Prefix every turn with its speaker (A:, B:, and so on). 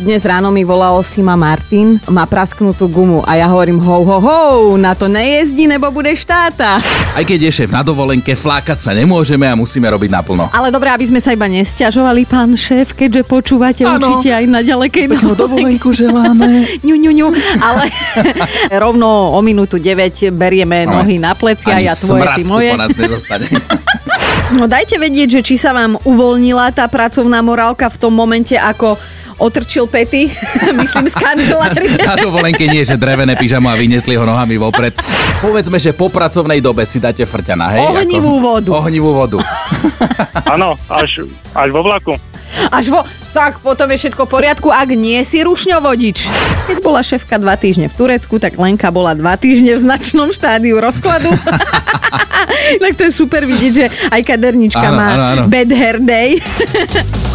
A: Dnes ráno mi volal Sima Martin, má prasknutú gumu a ja hovorím ho ho ho, na to nejezdi, nebo budeš štáta.
B: Aj keď je šéf na dovolenke, flákať sa nemôžeme a musíme robiť naplno.
A: Ale dobré, aby sme sa iba nesťažovali, pán šéf, keďže počúvate ano. určite aj na ďalekej dovolenke.
B: želáme.
A: ňu, ňu, ňu. Ale rovno o minútu 9 berieme
B: Ale
A: nohy na plecia, ja tvoje, ty moje.
B: po nás nezostane.
A: No dajte vedieť, že či sa vám uvoľnila tá pracovná morálka v tom momente, ako otrčil pety, myslím z kancelárie.
B: na dovolenke nie, že drevené pyžamo a vyniesli ho nohami vopred. Povedzme, že po pracovnej dobe si dáte frťana, hej?
A: Ohnivú vodu.
B: Ohnivú vodu.
C: Áno, až, až vo vlaku.
A: Až vo... Tak, potom je všetko v poriadku, ak nie si rušňovodič. Keď bola šéfka dva týždne v Turecku, tak Lenka bola dva týždne v značnom štádiu rozkladu. tak to je super vidieť, že aj kadernička
B: Áno,
A: má
B: áno, áno.
A: bad hair day.